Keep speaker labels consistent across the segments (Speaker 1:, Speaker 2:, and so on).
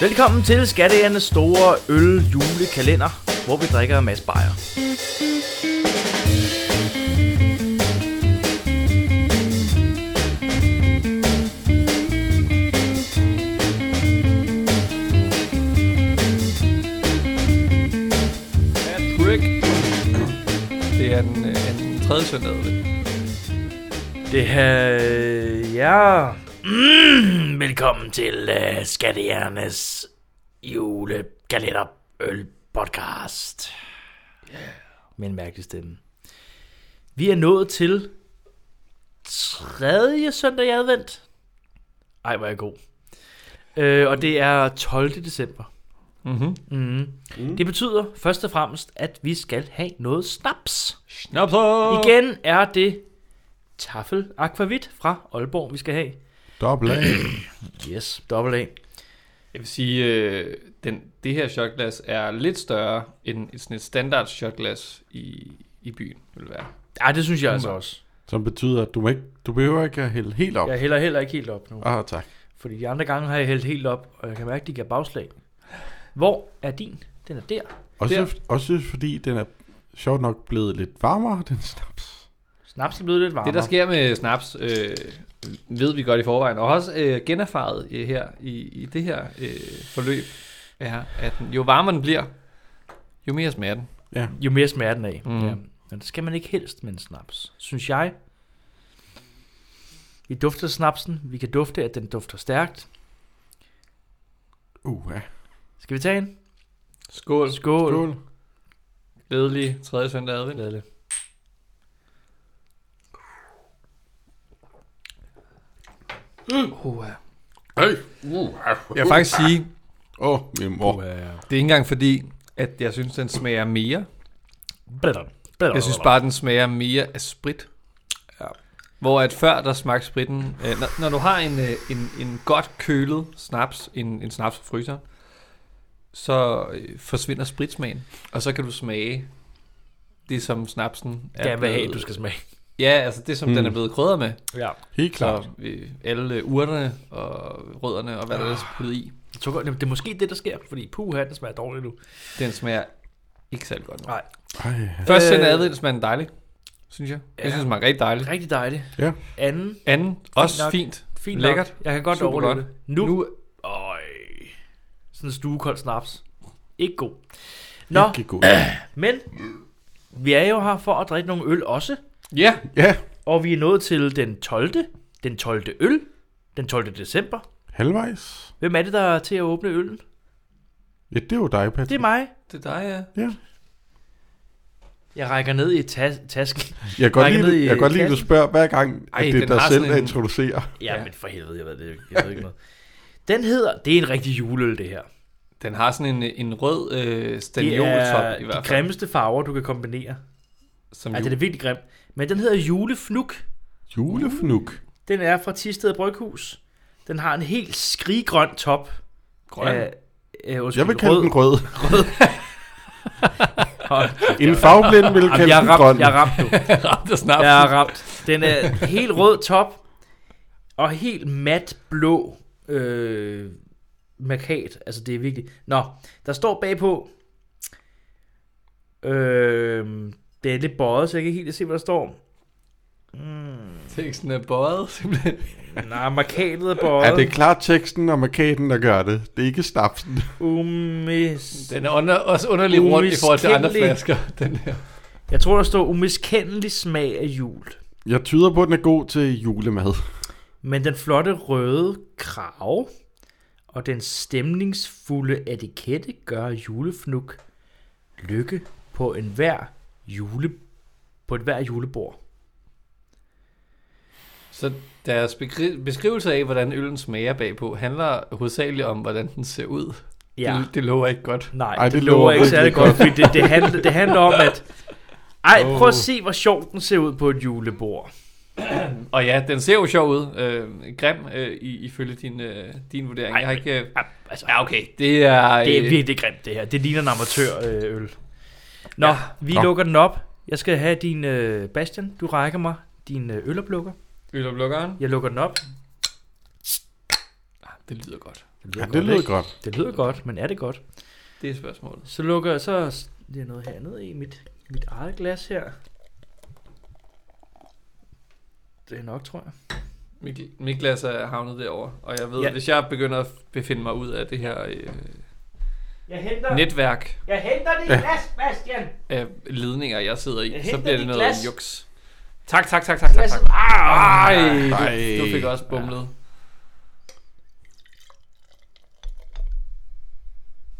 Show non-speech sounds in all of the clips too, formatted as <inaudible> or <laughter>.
Speaker 1: Velkommen til Skatteernes store øl julekalender, hvor vi drikker en masse bajer.
Speaker 2: Patrick. Det er den, øh, den tredje søndag. er det?
Speaker 1: Det her... øh, Ja... Mm, velkommen til uh, Skatteernes julekalender øl podcast. Yeah. Med en mærkelig stemme. Vi er nået til tredje søndag i advent. Ej, hvor er jeg god. Øh, og det er 12. december.
Speaker 2: Mhm.
Speaker 1: Mm. Mm. Det betyder først og fremmest, at vi skal have noget snaps.
Speaker 2: Snapser!
Speaker 1: Igen er det Taffel Aquavit fra Aalborg, vi skal have.
Speaker 3: Dobbelt A.
Speaker 1: Yes, dobbelt A.
Speaker 2: Jeg vil sige, øh, den, det her shotglas er lidt større end et, sådan et standard shotglas i, i byen, vil det være.
Speaker 1: Ej, det synes jeg altså også.
Speaker 3: Som betyder, at du, må ikke, du behøver ikke at hælde helt op.
Speaker 1: Jeg hælder heller ikke helt op nu.
Speaker 3: Ah, tak.
Speaker 1: Fordi de andre gange har jeg hældt helt op, og jeg kan mærke, at de giver bagslag. Hvor er din? Den er der.
Speaker 3: Også, også fordi den er sjovt nok blevet lidt varmere, den snaps.
Speaker 1: Snaps er blevet lidt varmere.
Speaker 2: Det, der sker med snaps, øh, ved vi godt i forvejen, og også øh, generfaret øh, her i, i det her øh, forløb, er, at den- jo varmere den bliver, jo mere smager den.
Speaker 3: Ja,
Speaker 1: Jo mere smerten af.
Speaker 2: Mm.
Speaker 1: Ja. Men det skal man ikke helst med en snaps, synes jeg. Vi dufter snapsen. Vi kan dufte, at den dufter stærkt.
Speaker 3: uh, ja.
Speaker 1: Skal vi tage en?
Speaker 2: Skål.
Speaker 1: Skål. Skål.
Speaker 3: Skål.
Speaker 2: Glædelig tredje søndag advent. Glædelig. Uh.
Speaker 3: Hey. Uh,
Speaker 2: Jeg vil faktisk sige,
Speaker 3: Åh, oh, min mor.
Speaker 2: det er ikke engang fordi, at jeg synes, den smager mere.
Speaker 1: Blæder. Blæder.
Speaker 2: Jeg synes bare, den smager mere af sprit. Ja. Hvor at før, der smagte spritten... Øh, når, når du har en, øh, en, en godt kølet snaps, en, en snaps fra fryseren, så øh, forsvinder spritsmagen, og så kan du smage det, som snapsen
Speaker 1: Ja, hvad
Speaker 2: blevet-
Speaker 1: af, du skal smage.
Speaker 2: Ja, altså det, som mm. den er blevet krydret med.
Speaker 1: Ja.
Speaker 3: Helt klart.
Speaker 2: Så øh, alle urterne og rødderne og hvad
Speaker 1: Ah.
Speaker 2: der ellers er puttet i,
Speaker 1: Jeg tror godt, det er måske det, der sker, fordi puha, det smager dårligt nu.
Speaker 2: den smager ikke særlig godt nu.
Speaker 1: Nej.
Speaker 3: Ej.
Speaker 2: Først
Speaker 1: Ah. Øh.
Speaker 2: sender advendt smager den dejlig, synes jeg. Jeg
Speaker 1: Ja.
Speaker 2: synes, den smager rigtig dejligt.
Speaker 1: Rigtig dejligt.
Speaker 3: Ja.
Speaker 1: Anden,
Speaker 2: Anden, også
Speaker 1: nok.
Speaker 2: fint. fint.
Speaker 1: fint
Speaker 2: Lækkert.
Speaker 1: Nok. Jeg kan godt
Speaker 2: Super
Speaker 1: overleve
Speaker 2: godt.
Speaker 1: det. Nu, nu.
Speaker 2: Nu,
Speaker 1: Øj. Sådan en stuekold snaps. Ikke god. Nå,
Speaker 3: Ikke god.
Speaker 1: men vi er jo her for at drikke nogle øl også.
Speaker 2: ja,
Speaker 3: Ja,
Speaker 1: Og vi er nået til den 12. Den 12. øl. Den 12. december.
Speaker 3: halvvejs.
Speaker 1: Hvem er det, der er til at åbne øllen?
Speaker 3: Ja, det er jo dig, Patrick.
Speaker 1: Det er mig.
Speaker 2: det er dig, ja.
Speaker 3: Ja.
Speaker 1: Jeg rækker ned i tas- tasken.
Speaker 3: Jeg kan godt
Speaker 1: Rækker ned
Speaker 3: lide,
Speaker 1: i
Speaker 3: jeg kan godt lide, at du
Speaker 1: kassen.
Speaker 3: spørger hver gang,
Speaker 2: Ej,
Speaker 3: at det
Speaker 2: den
Speaker 3: er dig
Speaker 2: har
Speaker 3: selv,
Speaker 2: sådan
Speaker 3: der
Speaker 2: en-
Speaker 3: introducerer.
Speaker 1: Ja,
Speaker 2: Ja.
Speaker 1: men for helvede, jeg ved, det, jeg ved ikke noget. Den hedder, det er en rigtig juleøl, det her.
Speaker 2: Den har sådan en, en rød øh,
Speaker 1: Det
Speaker 2: stanioltop i
Speaker 1: er
Speaker 2: hvert
Speaker 1: de Altså,
Speaker 2: fald.
Speaker 1: grimmeste farver, du kan kombinere.
Speaker 2: Som
Speaker 1: Ej,
Speaker 2: jul.
Speaker 1: den er virkelig grim. Men den hedder Julefnuk.
Speaker 3: Julefnuk.
Speaker 1: Den er fra Tisted Bryghus. Den har en helt skriggrøn top.
Speaker 2: grøn.
Speaker 1: Af, øh, undskyld,
Speaker 3: Jeg vil kalde
Speaker 1: rød.
Speaker 3: den rød.
Speaker 1: <laughs> Hold.
Speaker 3: En fagblind vil
Speaker 1: Jamen,
Speaker 3: kalde
Speaker 1: jeg er
Speaker 3: den grøn.
Speaker 1: ramt, jeg er ramt
Speaker 2: <laughs>
Speaker 1: nu.
Speaker 2: <laughs> Ramt og snaps.
Speaker 1: Jeg er ramt. Den er helt rød top. Og helt mat blå øh, markat. Altså, det er virkelig... Nå, der står bagpå... Øh, det er lidt bøjet, så jeg kan ikke helt se, hvad der står.
Speaker 2: Teksten er bøjet, simpelthen.
Speaker 1: Nej, markatet er bøjet.
Speaker 3: Ja, det er klart teksten og markaten, der gør det. Det er ikke snapsen.
Speaker 1: Umis...
Speaker 2: Den er under, også underlig rundt i forhold til andre
Speaker 1: Umiskendelig.
Speaker 2: flasker, den her.
Speaker 1: Jeg tror, der står umiskendelig smag af jul.
Speaker 3: Jeg tyder på, at den er god til julemad.
Speaker 1: Men den flotte røde krav og den stemningsfulde etikette gør julefnuk lykke på en hver jule på et hver julebord.
Speaker 2: Så deres begri- beskrivelse af, hvordan øllen smager bagpå, handler hovedsageligt om, hvordan den ser ud.
Speaker 1: Ja.
Speaker 2: Det, det lover ikke godt.
Speaker 1: Nej,
Speaker 3: Ej,
Speaker 1: det,
Speaker 3: det
Speaker 1: det lover
Speaker 3: lover
Speaker 1: ikke særlig
Speaker 3: virkelig
Speaker 1: godt, fordi det, det, handler, det handler om, at... Ej,
Speaker 2: Åh.
Speaker 1: prøv at se, hvor sjov den ser ud på et julebord.
Speaker 2: Og ja, den ser jo sjov ud. Øh, grim, øh, i, ifølge din, øh, din vurdering.
Speaker 1: Ej,
Speaker 2: Ej, jeg har ikke... Øh,
Speaker 1: Ja, altså,
Speaker 2: ja, okay. Det er... Øh,
Speaker 1: det er virkelig grimt, det her. Det ligner en amatørøl. Nå,
Speaker 2: Ja.
Speaker 1: vi
Speaker 3: Nå.
Speaker 1: lukker den op. Jeg skal have din... Øh, Bastian, du rækker mig din øh, øloplukker.
Speaker 2: Øloplukkeren.
Speaker 1: Jeg lukker den op.
Speaker 2: Ah, Det lyder godt.
Speaker 1: Det
Speaker 3: Ja, det lyder
Speaker 1: ikke?
Speaker 3: godt.
Speaker 1: Det lyder godt, men er det godt?
Speaker 2: Det er spørgsmålet.
Speaker 1: Så lukker jeg så... Det er noget hernede i mit, mit eget glas her. Det er nok, tror jeg.
Speaker 2: Mikkel- Miklas er havnet derovre, og jeg ved,
Speaker 1: Ja.
Speaker 2: ja. hvis jeg begynder at befinde mig ud af det her øh,
Speaker 1: Jeg henter,
Speaker 2: netværk
Speaker 1: jeg henter dit glas, Bastian!
Speaker 2: af ledninger, jeg sidder i,
Speaker 1: Jeg
Speaker 2: så
Speaker 1: henter
Speaker 2: bliver det
Speaker 1: dit
Speaker 2: noget
Speaker 1: glas. Ah,
Speaker 2: juks. Tak, tak, tak, tak, tak, tak. Ej,
Speaker 3: Ej.
Speaker 2: du, du fik også bumlet.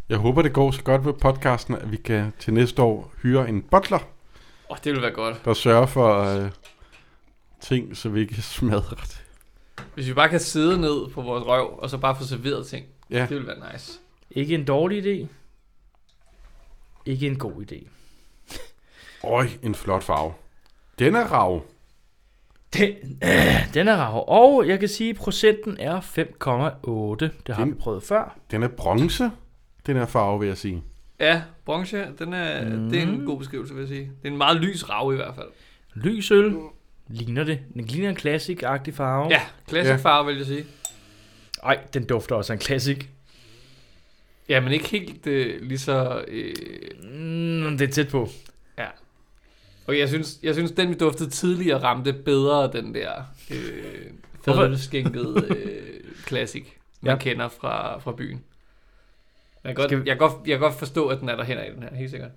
Speaker 3: Jeg håber, det går så godt med podcasten, at vi kan til næste år hyre en butler,
Speaker 2: Åh, oh, det ville være godt.
Speaker 3: der sørger for øh, ting, så vi ikke <laughs> smadrer det.
Speaker 2: Hvis vi bare kan sidde ned på vores røv, og så bare få serveret ting.
Speaker 3: Ja.
Speaker 2: Det ville være nice.
Speaker 1: Ikke en dårlig idé. Ikke en god idé.
Speaker 3: Øj, en flot farve. Den er rav.
Speaker 1: Den, <clears throat> den er rar. Og jeg kan sige, at procenten er 5,8. Det har
Speaker 3: Den-
Speaker 1: vi prøvet før.
Speaker 3: Den er bronze, den her farve, vil jeg sige.
Speaker 2: Ja, bronze, den er, mm. det er en god beskrivelse, vil jeg sige. Det er en meget lys rav i hvert fald.
Speaker 1: Lys øl ligner det. Den ligner en classic-agtig farve.
Speaker 2: Ja, klassisk
Speaker 3: Ja.
Speaker 2: ja. farve, vil jeg sige.
Speaker 1: Ej, den dufter også af en classic.
Speaker 2: Ja, men ikke helt øh, lige så... Øh,
Speaker 1: Mm, det er tæt på.
Speaker 2: Ja. Og jeg synes, jeg synes den vi duftede tidligere ramte bedre den der øh,
Speaker 1: <laughs>
Speaker 2: fadølskænkede øh, classic, man
Speaker 1: Ja.
Speaker 2: ja. kender fra, fra byen. Jeg kan, godt,
Speaker 1: Skal vi-
Speaker 2: jeg, kan godt, jeg kan godt forstå, at den er der hen i den her, helt sikkert.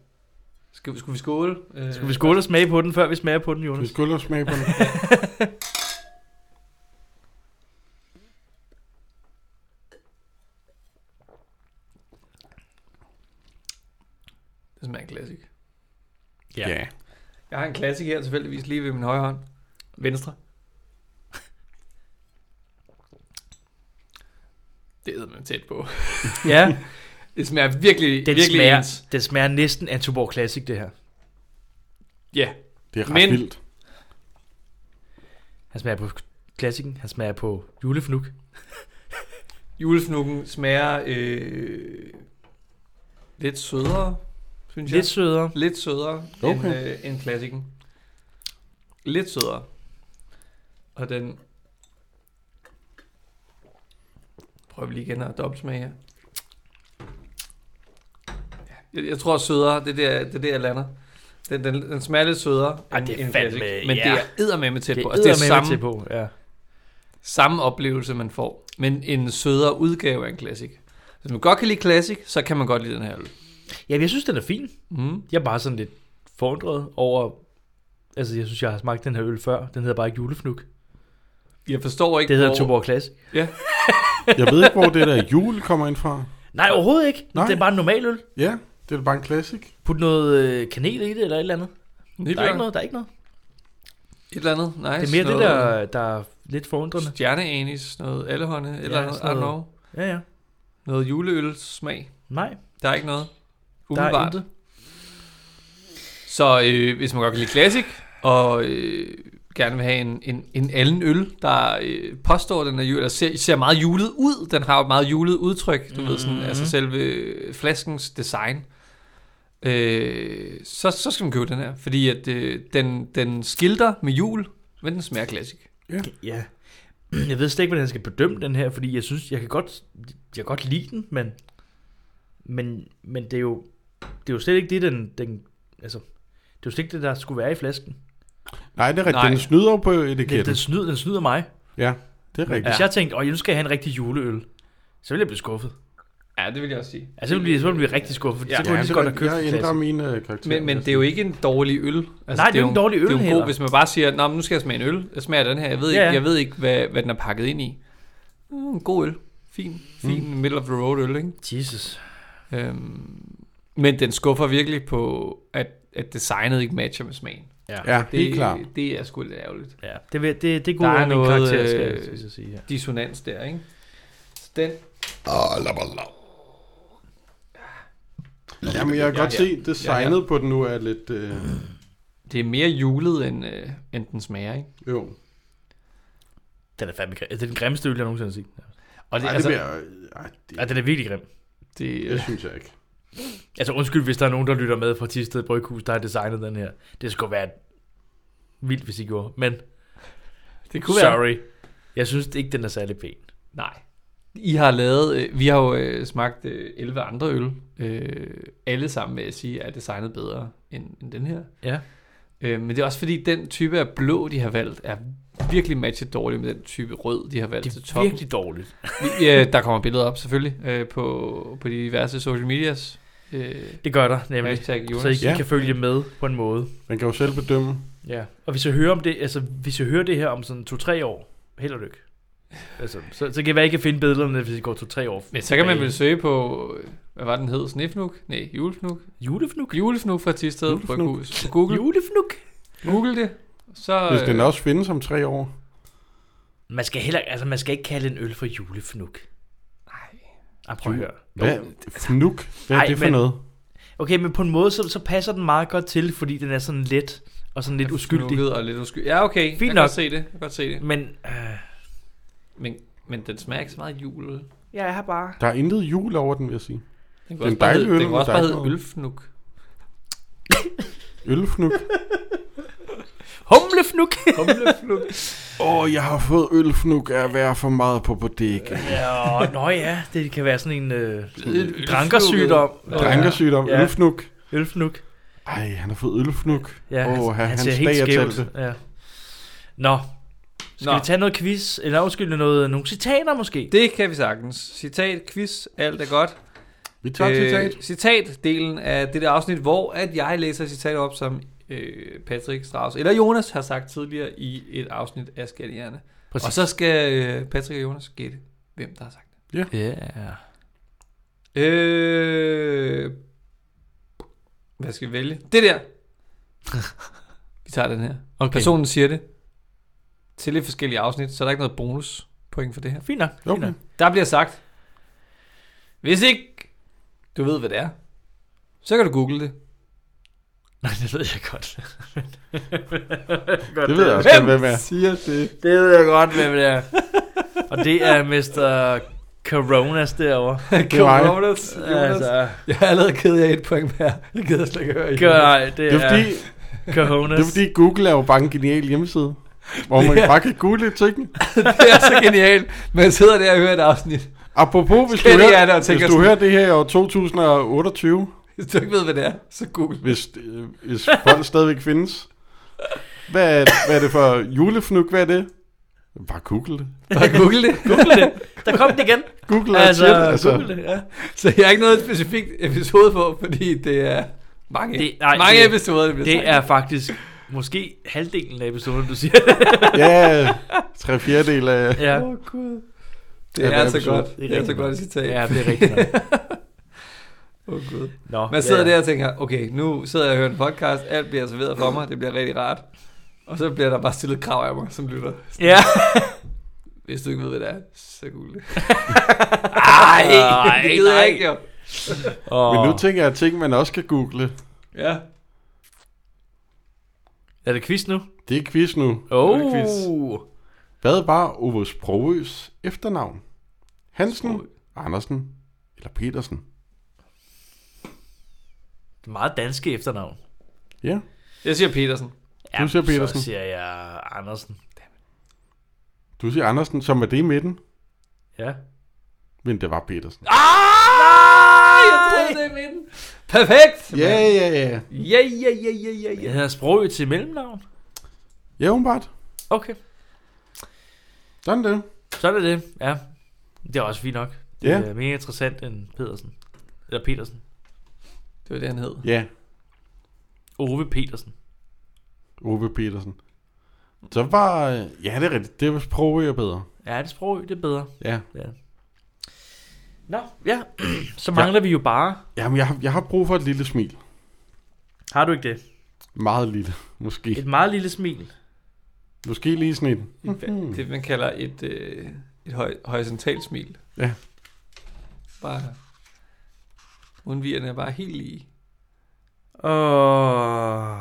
Speaker 2: Skal, vi- skulle vi skåle? Øh,
Speaker 1: Skal vi skåle og smage på den, før vi smager på den,
Speaker 3: Skal vi
Speaker 1: Jonas?
Speaker 3: skulle smage på den?
Speaker 2: Det smager en classic.
Speaker 1: Ja.
Speaker 2: Jeg har en classic her tilfældigvis lige ved min højre hånd. Venstre. Det er man tæt på. <laughs>
Speaker 1: Ja,
Speaker 2: Det smager virkelig,
Speaker 1: den,
Speaker 2: virkelig
Speaker 1: smager,
Speaker 2: ens.
Speaker 1: den smager næsten af Tuborg Classic, det her.
Speaker 2: Ja,
Speaker 3: Det er ret
Speaker 2: Men-
Speaker 3: vildt.
Speaker 1: Han smager på klassikken, han smager på julefnuk.
Speaker 2: Julesnukken smager øh, lidt sødere, synes jeg.
Speaker 1: Lidt sødere.
Speaker 2: lidt sødere okay. end,
Speaker 3: Okay.
Speaker 2: øh, end klassikken. Lidt sødere. Og den... Prøv lige igen at dobbeltsmage her. Ja, Jeg, jeg tror sødere, det er der, det er der jeg lander. Den, den, den smager lidt sødere
Speaker 1: Ej, det er fandme-
Speaker 2: Classic, Men
Speaker 1: ja.
Speaker 2: det er eddermame tæt
Speaker 1: Det
Speaker 2: på.
Speaker 1: er
Speaker 2: Altså, det er samme,
Speaker 1: tæt på, ja.
Speaker 2: samme oplevelse, man får, men en sødere udgave af en classic. Hvis man godt kan lide classic, så kan man godt lide den her øl.
Speaker 1: Ja, men jeg synes, den er fin.
Speaker 2: Mm.
Speaker 1: Jeg er bare sådan lidt forundret over... Altså, jeg synes, jeg har smagt den her øl før. Den hedder bare ikke julefnuk.
Speaker 2: Jeg forstår ikke,
Speaker 1: Det hedder
Speaker 2: hvor-
Speaker 1: Tuborg Classic.
Speaker 3: Jeg ved ikke, hvor det der jul kommer ind fra.
Speaker 1: Nej, overhovedet ikke. Nej.
Speaker 3: Nej.
Speaker 1: Det er bare en normal øl.
Speaker 3: Ja, det er da bare en klassik.
Speaker 1: Put noget øh, kanel i det, eller et eller andet.
Speaker 2: Nibjørn.
Speaker 1: Der er ikke noget, der er ikke noget.
Speaker 2: Et eller andet. Nice.
Speaker 1: Det er mere det,
Speaker 2: noget
Speaker 1: der, der er lidt forundrende.
Speaker 2: Stjerneanis, noget allehånde, eller noget,
Speaker 1: sådan
Speaker 2: I don't
Speaker 1: noget.
Speaker 2: know.
Speaker 1: Ja, ja.
Speaker 2: Noget juleølsmag.
Speaker 1: Nej,
Speaker 2: Der er ikke noget.
Speaker 1: der er
Speaker 2: Umiddelbart.
Speaker 1: intet.
Speaker 2: Så øh, hvis man godt kan lide classic, og øh, gerne vil have en, en, en allen øl, der øh, påstår, den er jul, eller ser, ser meget julet ud. Den har jo et meget julet udtryk, du mm. ved, sådan,
Speaker 1: Mhm.
Speaker 2: altså selve flaskens design. Øh, så, så skal man købe den her, fordi at øh, den, den skilter med jul, men den smager classic.
Speaker 1: Ja. Jeg ved slet ikke, hvordan jeg skal bedømme den her, fordi jeg synes, jeg kan godt, jeg kan godt lide den, men, men, men det, er jo, det er jo slet ikke det, den, den, altså, det er jo slet ikke det, der skulle være i flasken.
Speaker 3: Nej, det er rigtigt.
Speaker 2: Nej.
Speaker 3: Den snyder jo på
Speaker 1: Den,
Speaker 3: etiketten.
Speaker 1: den, snyder, den snyder mig.
Speaker 3: Ja, det er rigtigt.
Speaker 1: Hvis jeg tænkte, åh, nu skal jeg have en rigtig juleøl, så ville jeg blive skuffet.
Speaker 2: Ja, det vil jeg også sige.
Speaker 1: Altså, så ville jeg, så ville jeg blive rigtig skuffet, fordi ja,
Speaker 2: Ja.
Speaker 1: så kunne jeg lige så godt have købt
Speaker 3: jeg
Speaker 1: en
Speaker 3: ændrer
Speaker 1: flaske.
Speaker 3: mine øh, karakterer.
Speaker 2: Men, men det er jo ikke en dårlig øl. Altså,
Speaker 1: det er jo
Speaker 2: jo
Speaker 1: en dårlig øl
Speaker 2: Det er jo en
Speaker 1: heller.
Speaker 2: god, hvis man bare siger, Nå, men nu skal jeg smage en øl. Jeg smager den her. Jeg ved
Speaker 1: Ja,
Speaker 2: ikke,
Speaker 1: ja.
Speaker 2: jeg ved ikke hvad, hvad den er pakket ind i. Mm, en god øl. Fin, fin mm. middle of the road øl, ikke?
Speaker 1: Jesus.
Speaker 2: Øhm, men den skuffer virkelig på, at, at designet ikke matcher med smagen.
Speaker 3: Ja,
Speaker 2: Det,
Speaker 3: helt klart.
Speaker 2: det er sgu lidt ærgerligt.
Speaker 1: Ja, det, vil- det, det er
Speaker 2: Der
Speaker 1: god
Speaker 2: er
Speaker 1: af min
Speaker 2: noget,
Speaker 1: karakter, skal jeg,
Speaker 2: øh,
Speaker 1: skal jeg sige. Ja.
Speaker 2: Dissonans der, ikke? Så den,
Speaker 3: Jamen, jeg kan godt
Speaker 2: Ja, ja.
Speaker 3: se, designet på den nu er lidt... Øh,
Speaker 2: det er mere julet, end, øh, end den smager, ikke?
Speaker 3: jo.
Speaker 1: Den er fandme grim. Det er den grimmeste øl, jeg nogensinde har set.
Speaker 2: Og det,
Speaker 3: Ej, det
Speaker 2: altså,
Speaker 3: bliver... Ej,
Speaker 1: Ja,
Speaker 3: det,
Speaker 1: den er virkelig grim.
Speaker 2: det, øh,
Speaker 3: det synes jeg ikke.
Speaker 1: Altså undskyld, hvis der er nogen, der lytter med fra Tisted Bryghus, der har designet den her. Det skulle være vildt, hvis I gjorde. Men
Speaker 2: det kunne være.
Speaker 1: sorry. Jeg synes ikke, den er særlig pæn.
Speaker 2: Nej. I har lavet, øh, vi har jo øh, smagt øh, 11 andre øl. Øh, alle sammen, vil jeg sige, er designet bedre end, end den her.
Speaker 1: Ja.
Speaker 2: Øh, men det er også fordi, den type af blå, de har valgt, er virkelig matchet dårligt med den type rød, de har valgt til
Speaker 1: Det er
Speaker 2: Altså, toppen.
Speaker 1: virkelig dårligt.
Speaker 2: ja, der kommer billeder op selvfølgelig øh, på, på de diverse social medias. Øh,
Speaker 1: Det gør der nemlig.
Speaker 2: hashtag
Speaker 1: Så I
Speaker 2: Jonas.
Speaker 3: Ja.
Speaker 1: kan følge med på en måde.
Speaker 3: Man kan jo selv bedømme.
Speaker 1: Ja, og hvis jeg hører om det, altså hvis jeg hører det her om sådan 2-3 år, held og lykke. Altså, så, så kan det være, at I kan finde billederne, hvis det går 2-3 år.
Speaker 2: Men så kan man vel søge på, øh, hvad var den hed? Snifnuk? Nej, julefnuk.
Speaker 1: Julefnuk?
Speaker 2: Julefnuk fra Tisted.
Speaker 3: Julefnuk.
Speaker 2: Bryghus. På Google.
Speaker 1: Julefnuk?
Speaker 2: Google det. Så,
Speaker 3: Hvis den
Speaker 2: øh,
Speaker 3: også findes om tre år.
Speaker 1: Man skal heller, altså man skal ikke kalde en øl for julefnuk.
Speaker 2: Nej.
Speaker 1: Ej, prøv at høre.
Speaker 3: Hvad? Fnuk? Hvad er
Speaker 1: Ej,
Speaker 3: det for
Speaker 1: men-
Speaker 3: noget?
Speaker 1: Okay, men på en måde, så, så passer den meget godt til, fordi den er sådan let og sådan lidt uskyldig.
Speaker 2: Snukket og lidt uskyldig. Ja, okay. Fint jeg kan
Speaker 1: nok.
Speaker 2: godt se det. Jeg kan godt se det.
Speaker 1: Men øh,
Speaker 2: Men, men den smager ikke så meget af jul. Den
Speaker 1: jeg er her bare.
Speaker 3: Der er intet jul over den, vil jeg sige.
Speaker 2: kunne
Speaker 3: er
Speaker 2: også
Speaker 3: en
Speaker 2: bare
Speaker 3: dejlig
Speaker 2: hedde-
Speaker 3: øl,
Speaker 2: Den
Speaker 3: men
Speaker 2: kunne også
Speaker 3: der er
Speaker 2: bare
Speaker 3: ikke
Speaker 2: hedde
Speaker 3: noget-
Speaker 2: ølfnuk.
Speaker 3: Ølfnuk.
Speaker 1: Humlefnuk!
Speaker 3: <laughs>
Speaker 2: Humlefnuk.
Speaker 3: Åh, oh, jeg har fået ølfnuk af at være for meget på bodega.
Speaker 1: ja, nå ja, det kan være sådan en øh,
Speaker 2: Ølfnukket.
Speaker 1: drankersygdom.
Speaker 2: Ja.
Speaker 3: Drænkersygdom.
Speaker 1: Ja.
Speaker 3: Ja. Ølfnuk.
Speaker 1: Ølfnuk.
Speaker 3: Ej, han har fået ølfnuk.
Speaker 1: Ja,
Speaker 3: Åh, han-
Speaker 1: han
Speaker 3: hans
Speaker 1: ser helt
Speaker 3: dag er
Speaker 1: skævt.
Speaker 3: talt.
Speaker 1: Ja. Nå, skal
Speaker 2: Nå.
Speaker 1: Nå. vi tage noget quiz? Eller undskyld, noget, nogle citater måske?
Speaker 2: Det kan vi sagtens. Citat, quiz, alt er godt.
Speaker 3: Vi tager øh, citat.
Speaker 2: Citatdelen af det der afsnit, hvor at jeg læser citater op, som øh, Patrick Strauss eller Jonas har sagt tidligere i et afsnit af Skattejerne.
Speaker 1: Præcis.
Speaker 2: Og så skal øh, Patrick og Jonas gætte, hvem der har sagt det.
Speaker 1: Ja.
Speaker 2: Øh, hvad skal vi vælge? Det
Speaker 3: <laughs>
Speaker 2: der. vi tager den her.
Speaker 1: Okay.
Speaker 2: Personen siger det til lidt forskellige afsnit, så der er ikke noget bonuspoint for det her.
Speaker 1: Fint nok. Fint
Speaker 3: Okay.
Speaker 1: nok. <laughs>
Speaker 2: Der bliver sagt, hvis ikke du ved, hvad det er, så kan du google det.
Speaker 1: Nej, det ved jeg <laughs> godt.
Speaker 3: Det ved jeg også godt, hvem er.
Speaker 2: siger det?
Speaker 1: Det ved jeg godt, hvem det er. Og det er Mr. Coronas derovre.
Speaker 3: <laughs> Det var jeg.
Speaker 2: Jonas, Jonas.
Speaker 1: Altså,
Speaker 2: Jeg er allerede ked af et point mere. Jeg gider slet ikke høre. Jonas.
Speaker 1: gør, det,
Speaker 3: Det er, fordi,
Speaker 1: Coronas.
Speaker 3: det er fordi Google er jo bare en genial hjemmeside. Hvor man
Speaker 2: Ja.
Speaker 3: bare kan google ting.
Speaker 2: <laughs> det er så genialt. Man sidder der og hører et afsnit.
Speaker 3: Apropos, hvis du,
Speaker 2: Kenny
Speaker 3: hører,
Speaker 2: er der og
Speaker 3: hvis
Speaker 2: tænker
Speaker 3: du
Speaker 2: sådan-
Speaker 3: hører det her i år 2028,
Speaker 2: Hvis du ikke ved, hvad det er, så google.
Speaker 3: hvis, øh,
Speaker 1: <laughs>
Speaker 3: hvis folk stadigvæk findes, hvad er, hvad er det for julefnuk? Hvad er det? Bare google det.
Speaker 2: Bare google det.
Speaker 1: Google det. Der kom det igen.
Speaker 3: Google
Speaker 1: Altså,
Speaker 3: altså,
Speaker 2: Øh,
Speaker 3: shit, <laughs> altså.
Speaker 1: google det, ja.
Speaker 2: Så jeg har ikke noget specifikt episode på, fordi det er mange,
Speaker 1: Det-
Speaker 2: det,
Speaker 1: nej,
Speaker 2: nej, mange
Speaker 1: det-
Speaker 2: det, episoder, der bliver
Speaker 1: Det
Speaker 2: sagt.
Speaker 1: er faktisk måske halvdelen af episoden, du siger.
Speaker 3: Ja, tre fjerdedel
Speaker 1: <laughs>
Speaker 3: af...
Speaker 1: ja.
Speaker 2: Åh, Gud. Det
Speaker 3: Ja,
Speaker 2: er,
Speaker 3: hver
Speaker 2: så
Speaker 3: episode.
Speaker 2: godt. Det er, så
Speaker 1: rigtig
Speaker 2: godt
Speaker 1: nok.
Speaker 2: et citat.
Speaker 1: Ja, det er rigtigt nok.
Speaker 2: Åh, oh, Gud.
Speaker 1: Nå,
Speaker 2: Man sidder
Speaker 1: ja,
Speaker 2: ja,
Speaker 1: ja.
Speaker 2: der og tænker, okay, nu sidder jeg og hører en podcast, alt bliver serveret for mig, det bliver rigtig rart. Og så bliver der bare stillet krav af mig, som lytter. <laughs>
Speaker 1: Ja.
Speaker 2: Hvis du ikke ved, hvad det er, så google det.
Speaker 1: Ej,
Speaker 2: <laughs> det gider jeg ikke, jo.
Speaker 1: Oh.
Speaker 3: Men nu tænker jeg ting, man også kan google.
Speaker 2: Ja.
Speaker 1: er det quiz nu?
Speaker 3: Det er quiz nu.
Speaker 1: Oh.
Speaker 2: det quiz.
Speaker 3: Hvad var Ove Sprogøs efternavn? Hansen, Andersen eller Petersen?
Speaker 1: Det er meget danske efternavn.
Speaker 3: Ja,
Speaker 2: Jeg siger Petersen.
Speaker 3: Du siger Petersen.
Speaker 1: Så siger jeg Andersen.
Speaker 3: du siger Andersen, som er det i midten,
Speaker 1: Ja.
Speaker 3: men det var Petersen.
Speaker 2: Ah, jeg troede, det er min. Perfekt.
Speaker 3: Ja, ja, ja.
Speaker 2: Ja, ja, ja, ja, ja,
Speaker 1: Jeg
Speaker 2: ja.
Speaker 1: hedder Sprogø til mellemnavn.
Speaker 3: Ja, åbenbart.
Speaker 1: Okay.
Speaker 3: Sådan det.
Speaker 1: Så er det det, ja. Det er også fint nok. Det
Speaker 3: Ja.
Speaker 1: er mere interessant end Pedersen. Eller Petersen.
Speaker 2: Det var det, han hed.
Speaker 3: Ja,
Speaker 1: Ove Petersen.
Speaker 3: Ove Petersen. Så var... øh, Ja, det er rigtigt. Det var Sprogø er bedre.
Speaker 1: Ja, det er Sprogø, det er bedre.
Speaker 3: Ja.
Speaker 1: Ja. Nå, ja. <clears throat> Så mangler ja. vi jo bare...
Speaker 3: Jamen, jeg, har- jeg har brug for et lille smil.
Speaker 1: Har du ikke det?
Speaker 3: Meget lille, måske.
Speaker 1: Et meget lille smil.
Speaker 3: Måske lige sådan et.
Speaker 1: Hmm.
Speaker 2: Mm-hmm.
Speaker 3: Mhm.
Speaker 2: Det, man kalder et, øh, et høj, horisontalt smil.
Speaker 3: Ja.
Speaker 2: Bare undvigerne er bare helt lige.
Speaker 1: Åh...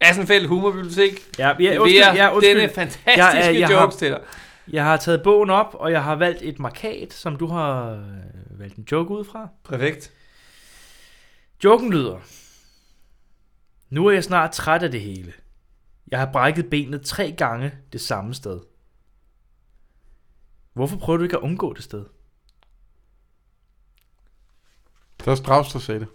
Speaker 2: Assenfeldt Humorbibliotek
Speaker 1: Ja, ja,
Speaker 2: leverer
Speaker 1: undskyld, ja, undskyld.
Speaker 2: denne fantastiske
Speaker 1: Jeg er-
Speaker 2: jeg,
Speaker 1: jeg har-
Speaker 2: jokes til dig.
Speaker 1: Jeg har taget bogen op, og jeg har valgt et markat, som du har øh, valgt en joke ud fra.
Speaker 2: Perfekt.
Speaker 1: Joken lyder. Nu er jeg snart træt af det hele. Jeg har brækket benet tre gange det samme sted. Hvorfor prøver du ikke at undgå det sted?
Speaker 3: Det var Strauss, der sagde det.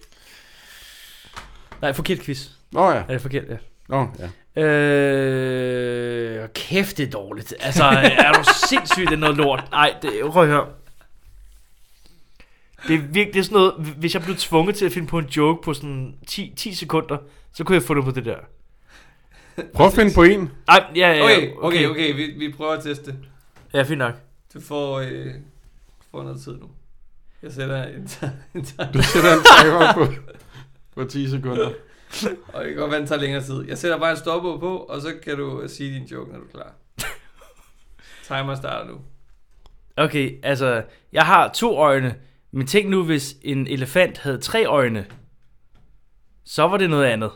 Speaker 1: Nej, forkert quiz.
Speaker 3: Nå ja.
Speaker 1: Er det forkert, ja.
Speaker 3: Nå <laughs> ja.
Speaker 1: Øh, kæft, det er dårligt. Altså, er
Speaker 2: <laughs>
Speaker 1: du sindssygt, det er noget lort. Nej, det, prøv at høre. Det er virkelig det er sådan noget, hvis jeg blev tvunget til at finde på en joke på sådan 10, 10 sekunder, så kunne jeg få det på det der.
Speaker 3: Prøv at finde på en.
Speaker 1: Ej, ja, ja,
Speaker 2: Okay, okay, okay, vi, vi prøver at teste det.
Speaker 1: Ja, fint nok.
Speaker 2: Du får, øh, du får noget tid nu. Jeg sætter en, t- en t-
Speaker 3: Du sætter en timer på, på 10 sekunder.
Speaker 2: Og det kan godt være, den tager længere tid. Jeg sætter bare en stopper på, og så kan du øh, sige din joke, når du er
Speaker 1: <laughs>
Speaker 2: klar. Timer starter nu.
Speaker 1: Okay, altså, jeg har to øjne, men tænk nu, hvis en elefant havde tre øjne, så var det noget andet.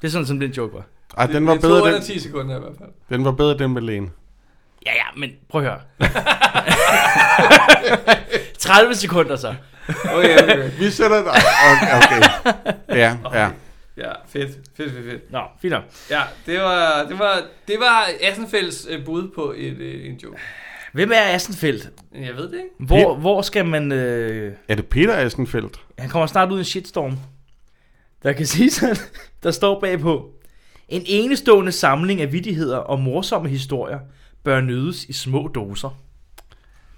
Speaker 1: Det er sådan, som den joke var.
Speaker 3: Ej, den var
Speaker 2: det, det er to
Speaker 3: bedre,
Speaker 2: under
Speaker 3: den,
Speaker 2: 10 sekunder i hvert fald.
Speaker 3: den var bedre, den med lægen.
Speaker 1: Ja, ja, men prøv at høre. <laughs> 30 sekunder så.
Speaker 2: Okay, okay.
Speaker 3: Vi sætter en... Okay, okay. Ja,
Speaker 2: <laughs>
Speaker 3: ja.
Speaker 2: Ja, fedt. Fedt, fedt, fedt.
Speaker 1: Nå, fint nok.
Speaker 2: Ja, det var, det var, det var Assenfelds øh, bud på et, øh, en joke.
Speaker 1: Hvem er Assenfeldt?
Speaker 2: Jeg ved det ikke.
Speaker 1: Hvor, hvor skal man... Øh...
Speaker 3: Er det Peter Assenfeldt?
Speaker 1: Han kommer snart ud i en shitstorm. Der kan <laughs> sige sådan, der står bagpå. En enestående samling af vittigheder og morsomme historier bør nydes i små doser.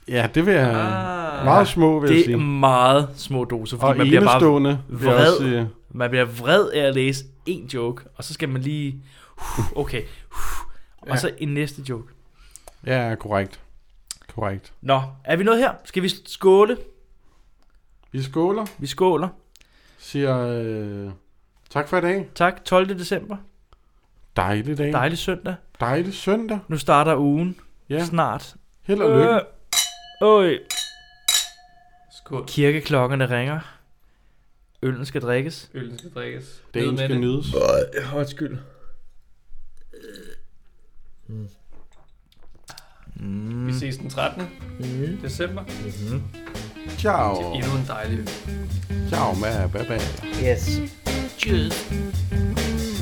Speaker 3: Ja, det vil jeg...
Speaker 2: Ah.
Speaker 3: Meget små, vil jeg
Speaker 1: Det er
Speaker 3: sige.
Speaker 1: meget små doser, fordi
Speaker 3: Og
Speaker 1: man bliver, bare,
Speaker 3: enestående, vil jeg
Speaker 1: vred.
Speaker 3: også sige.
Speaker 1: man bliver vred af at læse en joke, og så skal man lige, uh, okay, uh, og så en næste joke.
Speaker 3: Ja, korrekt. Korrekt.
Speaker 1: Nå, er vi nået her? Skal vi skåle?
Speaker 3: Vi skåler,
Speaker 1: Vi skåler.
Speaker 3: siger øh, tak for i dag.
Speaker 1: Tak, 12. december.
Speaker 3: Dejlig dag.
Speaker 1: Dejlig søndag.
Speaker 3: Dejlig søndag.
Speaker 1: Nu starter ugen
Speaker 3: Ja,
Speaker 1: snart.
Speaker 3: held og lykke.
Speaker 1: Øh, øh.
Speaker 2: Skål.
Speaker 1: Kirkeklokkerne ringer. Øllen skal drikkes.
Speaker 2: Øllen skal drikkes. Ned
Speaker 3: Dagen
Speaker 2: med
Speaker 3: skal
Speaker 2: det.
Speaker 3: nydes.
Speaker 1: Øh, undskyld.
Speaker 2: Vi ses den 13. december.
Speaker 3: Ciao.
Speaker 2: Til endnu en dejlig
Speaker 3: Ciao, ma. Bye bye.
Speaker 1: Yes. Cheers.